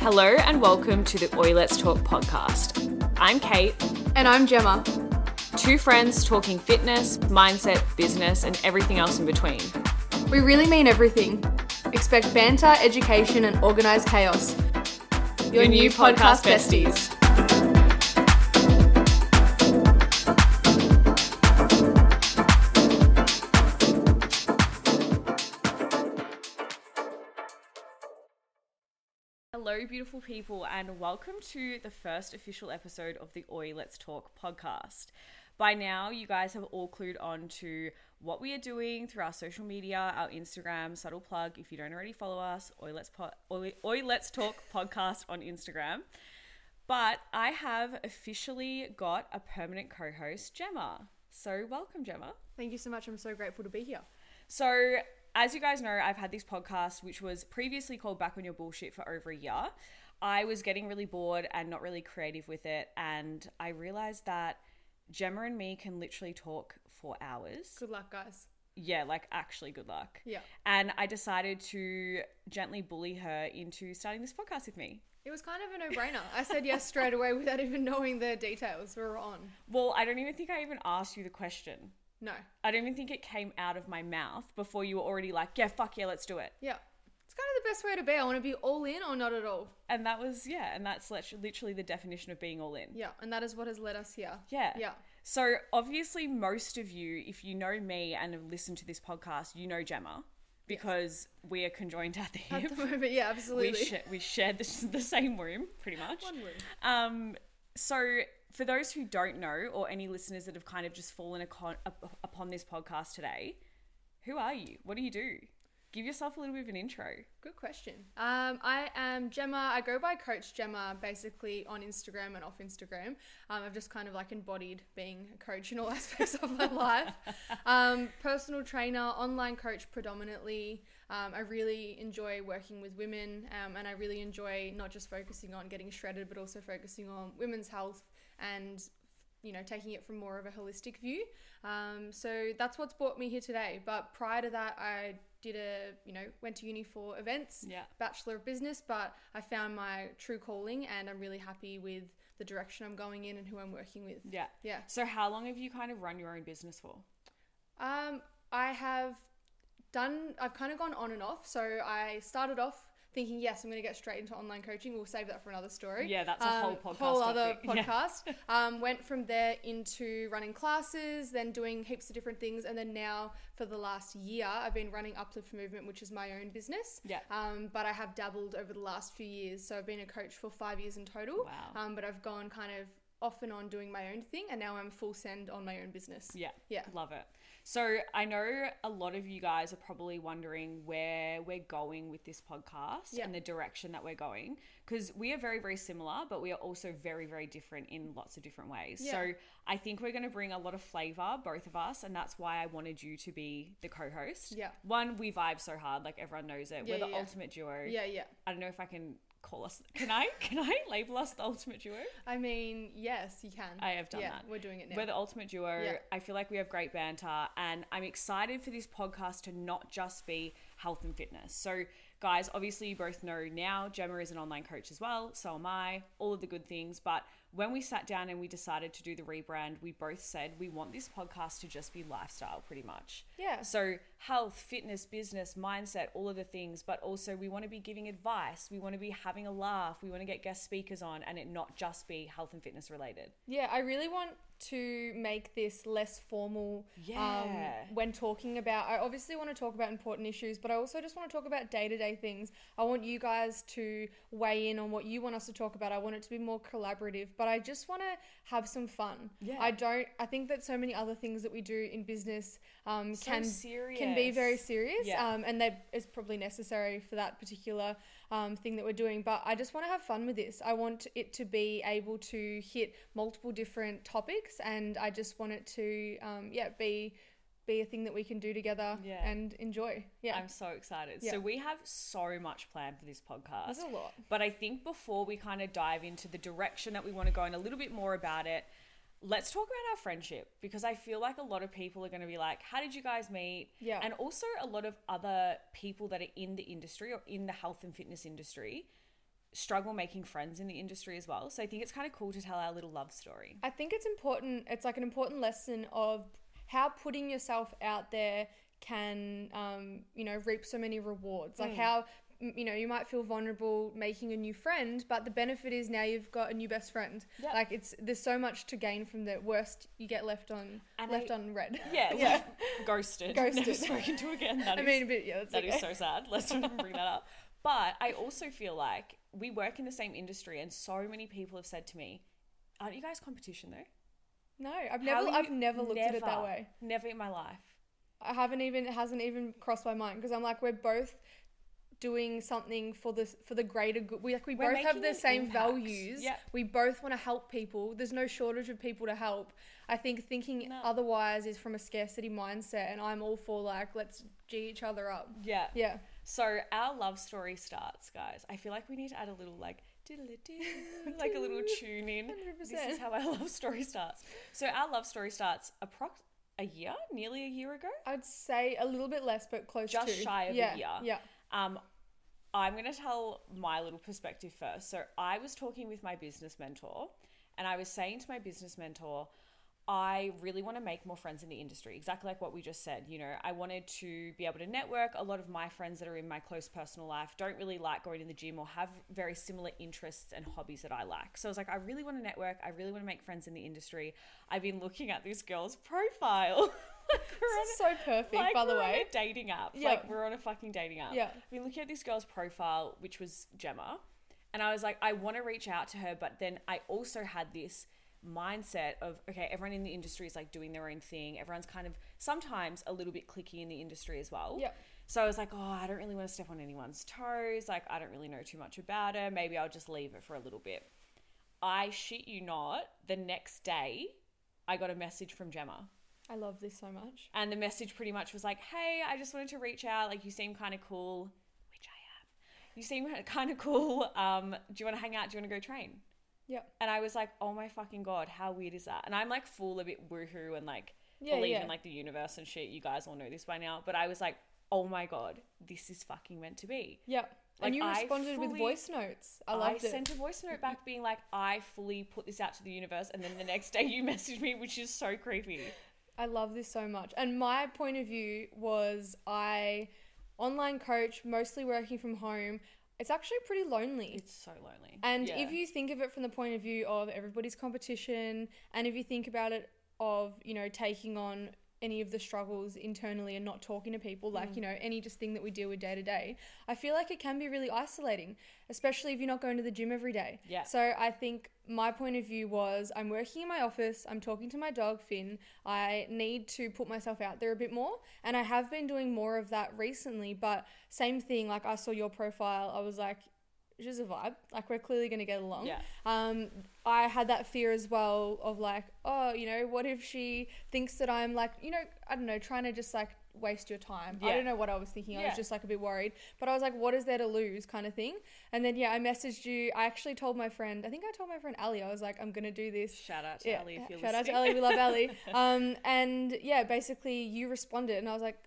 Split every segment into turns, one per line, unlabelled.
Hello and welcome to the Oi Let's Talk podcast. I'm Kate,
And I'm Gemma.
two friends talking fitness, mindset, business, and everything else in between.
We really mean everything. Expect banter, education, and organized chaos. Your, new, podcast, besties.
Hello, beautiful people, and welcome to the first official episode of the Oi Let's Talk podcast. By now, you guys have all clued on to what we are doing through our social media, our Instagram, subtle plug. If you don't already follow us, Oi Let's, po- Oi, Oi Let's Talk podcast on Instagram. But I have officially got a permanent co host, Gemma. So, welcome, Gemma.
Thank you so much. I'm so grateful to be here.
So, as you guys know, I've had this podcast, which was previously called Back on Your Bullshit for over a year. I was getting really bored and not really creative with it. And I realized that Gemma and me can literally talk for hours.
Good luck, guys.
Yeah, like actually, good luck.
Yeah.
And I decided to gently bully her into starting this podcast with me.
It was kind of a no brainer. I said yes straight away without even knowing the details we were on.
Well, I don't even think I even asked you the question.
No.
I don't even think it came out of my mouth before you were already like, yeah, fuck yeah, let's do it.
Yeah. It's kind of the best way to be. I want to be all in or not at all.
And that was, yeah, and that's lit- literally the definition of being all in.
Yeah. And that is what has led us here.
Yeah.
Yeah.
So obviously, most of you, if you know me and have listened to this podcast, you know Gemma because we are conjoined at the hip.
At the moment, yeah, absolutely.
we, sh- we shared the, the same room, pretty much.
One room.
Um, so for those who don't know, or any listeners that have kind of just fallen acon- up- upon this podcast today, who are you? What do you do? Give yourself a little bit of an intro.
Good question. Um, I am Gemma. I go by Coach Gemma basically on Instagram and off Instagram. Um, I've just kind of like embodied being a coach in all aspects of my life. Um, personal trainer, online coach predominantly. Um, I really enjoy working with women um, and I really enjoy not just focusing on getting shredded, but also focusing on women's health and you know, taking it from more of a holistic view. Um, so that's what's brought me here today. But prior to that, I did a, you know, went to uni for events,
Yeah.
Bachelor of Business, but I found my true calling and I'm really happy with the direction I'm going in and who I'm working with.
Yeah.
Yeah.
So how long have you kind of run your own business for?
Um, I have done, I've kind of gone on and off. So I started off thinking, yes, I'm going to get straight into online coaching. We'll save that for another story.
Yeah, that's a
Um,
whole podcast
Whole other
topic. Yeah.
podcast. um, went from there into running classes, then doing heaps of different things. And then now for the last year, I've been running Uplift Movement, which is my own business.
Yeah.
Um, but I have dabbled over the last few years. So I've been a coach for five years in total.
Wow.
Um, but I've gone kind of off and on doing my own thing. And now I'm full send on my own business.
Yeah.
Yeah.
Love it. So I know a lot of you guys are probably wondering where we're going with this podcast
Yeah.
and the direction that we're going because we are very, very similar, but we are also very, very different in lots of different ways. So
Yeah.
I think we're going to bring a lot of flavor, both of us, and that's why I wanted you to be the co-host.
Yeah.
One, we vibe so hard, like everyone knows it.
Yeah,
we're the
yeah, yeah.
ultimate duo.
Yeah, yeah.
I don't know if I can call us. Can I? Can I label us the ultimate duo?
I mean, yes, you can.
I have done
yeah,
that.
We're doing it now.
We're the ultimate duo.
Yeah.
I feel like we have great banter, and I'm excited for this podcast to not just be health and fitness. So, guys, obviously, you both know now Gemma is an online coach as well, so am I, all of the good things. But when we sat down and we decided to do the rebrand, we both said we want this podcast to just be lifestyle pretty much.
Yeah.
So, health, fitness, business, mindset, all of the things, but also we want to be giving advice, we want to be having a laugh, we want to get guest speakers on, and it not just be health and fitness related.
yeah, I really want to make this less formal
Yeah.
um, when talking about. I obviously want to talk about important issues, but I also just want to talk about day to day things. I want you guys to weigh in on what you want us to talk about. I want it to be more collaborative, but I just want to have some fun.
Yeah.
I don't. I think that so many other things that we do in business um,
So
can can be very
serious.
serious
Yeah.
um, and that is probably necessary for that particular um, thing that we're doing but i just want to have fun with this i want it to be able to hit multiple different topics and i just want it to um, yeah be be a thing that we can do together
Yeah.
and enjoy yeah
I'm so excited.
Yeah.
So we have so much planned for this podcast.
that's a lot
But I think before we kind of dive into the direction that we want to go and a little bit more about it, let's talk about our friendship because I feel like a lot of people are going to be like, how did you guys meet?
Yeah.
And also a lot of other people that are in the industry or in the health and fitness industry struggle making friends in the industry as well. So I think it's kind of cool to tell our little love story.
I think it's important. It's like an important lesson of how putting yourself out there can, um, you know, reap so many rewards.
Hmm.
Like how, m- you know, you might feel vulnerable making a new friend, but the benefit is now you've got a new best friend.
Yep.
Like it's there's so much to gain from the worst. You get left on
And
left
I-
on red.
Yeah,
yeah.
yeah. ghosted. Never
Ghosted.
spoken to again. That
I
is-
mean, a bit. Yeah, that's
That
okay.
is so sad. Let's not even bring that up. But I also feel like we work in the same industry, and so many people have said to me, "Aren't you guys competition though?"
no, I've
How
never,
are
I've
you-
never looked at it that
Never.
way.
Never in my life.
I haven't even it hasn't even crossed my mind because I'm like we're both doing something for the for the greater good. We like we
We're
both have
making
the
an
same
impact.
values.
Yep.
We both want to help people. There's no shortage of people to help. I think thinking
No.
otherwise is from a scarcity mindset, and I'm all for like let's g each other up.
Yeah.
Yeah,
So our love story starts, guys. I feel like we need to add a little like diddle-a-doo, like a little tune in. This is
100%.
how our love story starts. So our love story starts approx a year, nearly a year ago.
I'd say a little bit less, but close
Just
to
shy of a
yeah,
year.
Yeah,
Um, I'm going to tell my little perspective first. So, I was talking with my business mentor, and I was saying to my business mentor, I really want to make more friends in the industry, exactly like what we just said. You know, I wanted to be able to network. A lot of my friends that are in my close personal life don't really like going to the gym or have very similar interests and hobbies that I like. So I was like, I really want to network. I really want to make friends in the industry. I've been looking at this girl's profile. Like, we're on
this is so perfect.
like
by the
we're on
way,
a dating app.
Yeah.
Like we're on a fucking dating app.
Yeah.
I've been looking at this girl's profile, which was Gemma, and I was like, I want to reach out to her, but then I also had this mindset of okay, everyone in the industry is like doing their own thing. Everyone's kind of sometimes a little bit clicky in the industry as well.
Yep.
So I was like, oh, I don't really want to step on anyone's toes. Like I don't really know too much about her. Maybe I'll just leave it for a little bit. I shit you not, the next day I got a message from Gemma.
I love this so much.
And the message pretty much was like, hey, I just wanted to reach out. Like, you seem kind of cool, which I am. You seem kind of cool. Um, do you want to hang out? Do you want to go train?
Yep.
And I was like, oh my fucking God, how weird is that? And I'm like full a bit woohoo and like
Yeah,
believe
yeah.
in like the universe and shit. You guys all know this by now. But I was like, oh my God, this is fucking meant to be.
Yep.
Like,
and you
I
responded with
fully-
voice notes. I
I,
loved it.
sent a voice note back being like, I fully put this out to the universe. And then the next day you messaged me, which is so creepy.
I love this so much. And my point of view was I online coach, mostly working from home. It's actually pretty lonely.
It's so lonely.
and
Yeah.
if you think of it from the point of view of everybody's competition, and if you think about it of, you know, taking on any of the struggles internally and not talking to people,
Mm.
like, you know, any just thing that we deal with day to day, I feel like it can be really isolating, especially if you're not going to the gym every day.
Yeah.
So I think my point of view was I'm working in my office, I'm talking to my dog Finn. I need to put myself out there a bit more, and I have been doing more of that recently, but same thing like I saw your profile, I was like she's a vibe. Like we're clearly going to get along.
Yeah.
Um I had that fear as well of like, oh, you know, what if she thinks that I'm like, you know, I don't know, trying to just like waste your time. I
Yeah.
don't know what I was thinking. I
Yeah.
was just like a bit worried, but I was like, what is there to lose kind of thing. And then yeah, I messaged you. I actually told my friend. I think I told my friend Ali. I was like, I'm gonna do this.
Shout out to
Yeah,
Ali if you're
shout out to
listening.
Ali. We love Ali. Um, and yeah, basically you responded, and I was like,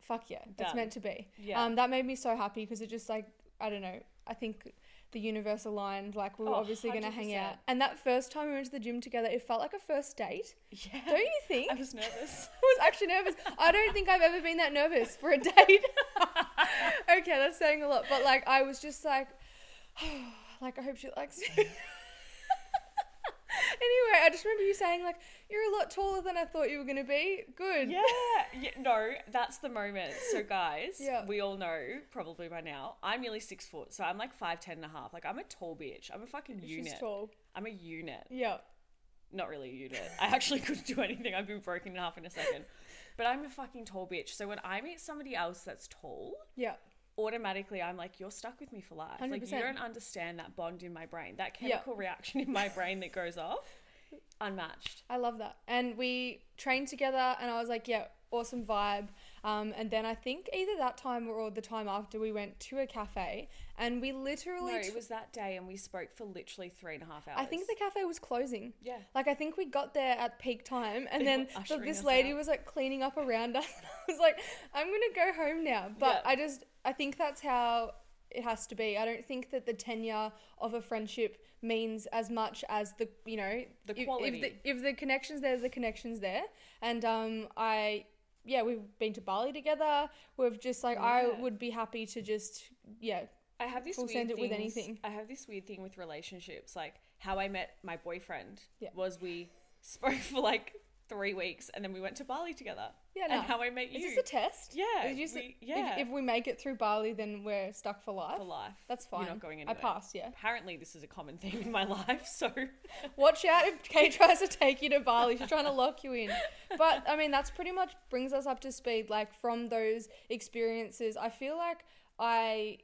fuck yeah, that's
Done.
meant to be.
Yeah.
Um, that made me so happy because it just like I don't know. I think the universe aligned. Like we were
Oh,
obviously gonna hang out.
100%.
And that first time we went to the gym together, it felt like a first date.
Yeah.
Don't you think?
I was nervous.
I was actually nervous. I don't think I've ever been that nervous for a date. okay, that's saying a lot, but like I was just like, like I hope she likes me. anyway, I just remember you saying like you're a lot taller than I thought you were gonna be. Good.
yeah. yeah. No, that's the moment. So, guys,
Yeah.
we all know probably by now, I'm nearly six foot. So, I'm like five, ten and a half. Like, I'm a tall bitch. I'm a fucking
She's
unit.
tall.
I'm a unit.
Yeah.
Not really a unit. I actually couldn't do anything. I'd be broken in half in a second. But I'm a fucking tall bitch. So, when I meet somebody else that's tall,
Yeah.
automatically I'm like, you're stuck with me for life. Like, you
100%.
don't understand that bond in my brain, that
Yeah.
chemical reaction in my brain that goes off. Unmatched.
I love that. And we trained together, and I was like, yeah, awesome vibe. Um, and then I think either that time or the time after, we went to a cafe, and we literally.
No,
t-
it was that day, and we spoke for literally three and a half hours.
I think the cafe was closing.
Yeah.
Like I think we got there at peak time, and
They
then
were
the-
ushering
this
us
lady
out.
was like cleaning up around us. And I was like, I'm gonna go home now. But
Yeah.
I just I think that's how it has to be. I don't think that the tenure of a friendship means as much as the you know
The
if- if,
quality.
the, if the connections there, the connections there, and um, I yeah, we've been to Bali together. We've just like
Yeah.
I would be happy to just yeah
I have this
Full
weird
send it with
things-
anything.
I have this weird thing with relationships. Like how I met my boyfriend
Yeah.
was we spoke for like three weeks and then we went to Bali together.
Yeah,
and
no.
how I met you
Is this a test?
Yeah,
Is this-
we- yeah.
If, if we make it through Bali, then we're stuck for life.
for life.
That's
You're
fine.
not going
I
anywhere.
passed. Yeah.
Apparently, this is a common thing in my life. So
Watch out if Kay tries to take you to Bali. She's trying to lock you in. But I mean, that's pretty much brings us up to speed. Like from those experiences, I feel like I.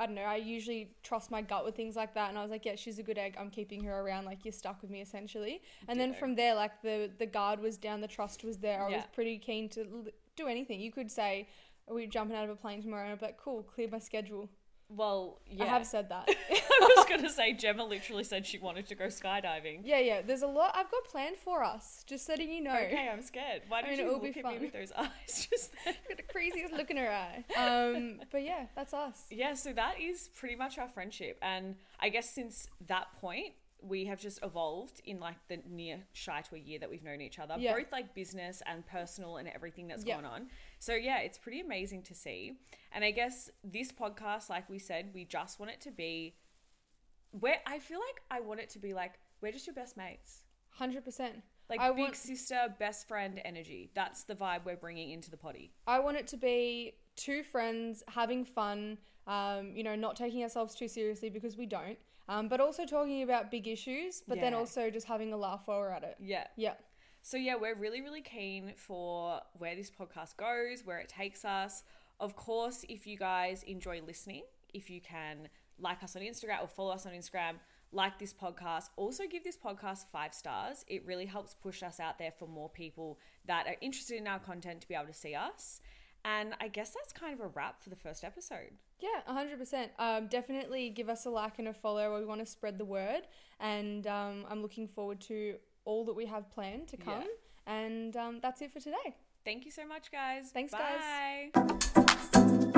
I don't know. I usually trust my gut with things like that, and I was like, "Yeah, she's a good egg. I'm keeping her around. Like you're stuck with me, essentially." And then
Ditto.
from there, like the the guard was down, the trust was there. I
Yeah.
was pretty keen to l- do anything. You could say, "Are we jumping out of a plane tomorrow?" And I'd be like, "Cool, clear my schedule."
Well, yeah.
I have said that.
I was going to say, Gemma literally said she wanted to go skydiving.
yeah, yeah. There's a lot I've got planned for us. Just letting you know.
Okay, I'm scared. Why did
mean,
you
it will
look
be
at me
fun.
with those eyes just then?
Got the craziest look in her eye. Um, but yeah, that's us.
Yeah, so that is pretty much our friendship. And I guess since that point, we have just evolved in like the near shy to a year that we've known each other,
Yeah.
both like business and personal and everything that's
Yeah.
gone on. So, yeah, it's pretty amazing to see. And I guess this podcast, like we said, we just want it to be where I feel like I want it to be like, we're just your best mates.
Hundred percent.
Like
I
big
want.
sister, best friend energy. That's the vibe we're bringing into the potty.
I want it to be two friends having fun. Um, you know, not taking ourselves too seriously because we don't. Um, but also talking about big issues, but then
Yeah.
also just having a laugh while we're at it.
Yeah.
Yeah.
So yeah, we're really really keen for where this podcast goes, where it takes us. Of course, if you guys enjoy listening, if you can like us on Instagram or follow us on Instagram, like this podcast, also give this podcast 5 stars. It really helps push us out there for more people that are interested in our content to be able to see us. And I guess that's kind of a wrap for the first episode.
Yeah, 100%. Um, definitely give us a like and a follow. We want to spread the word. And um, I'm looking forward to all that we have planned to
Yeah.
come. And um, that's it for today.
Thank you so much, guys.
Thanks,
Bye.
guys.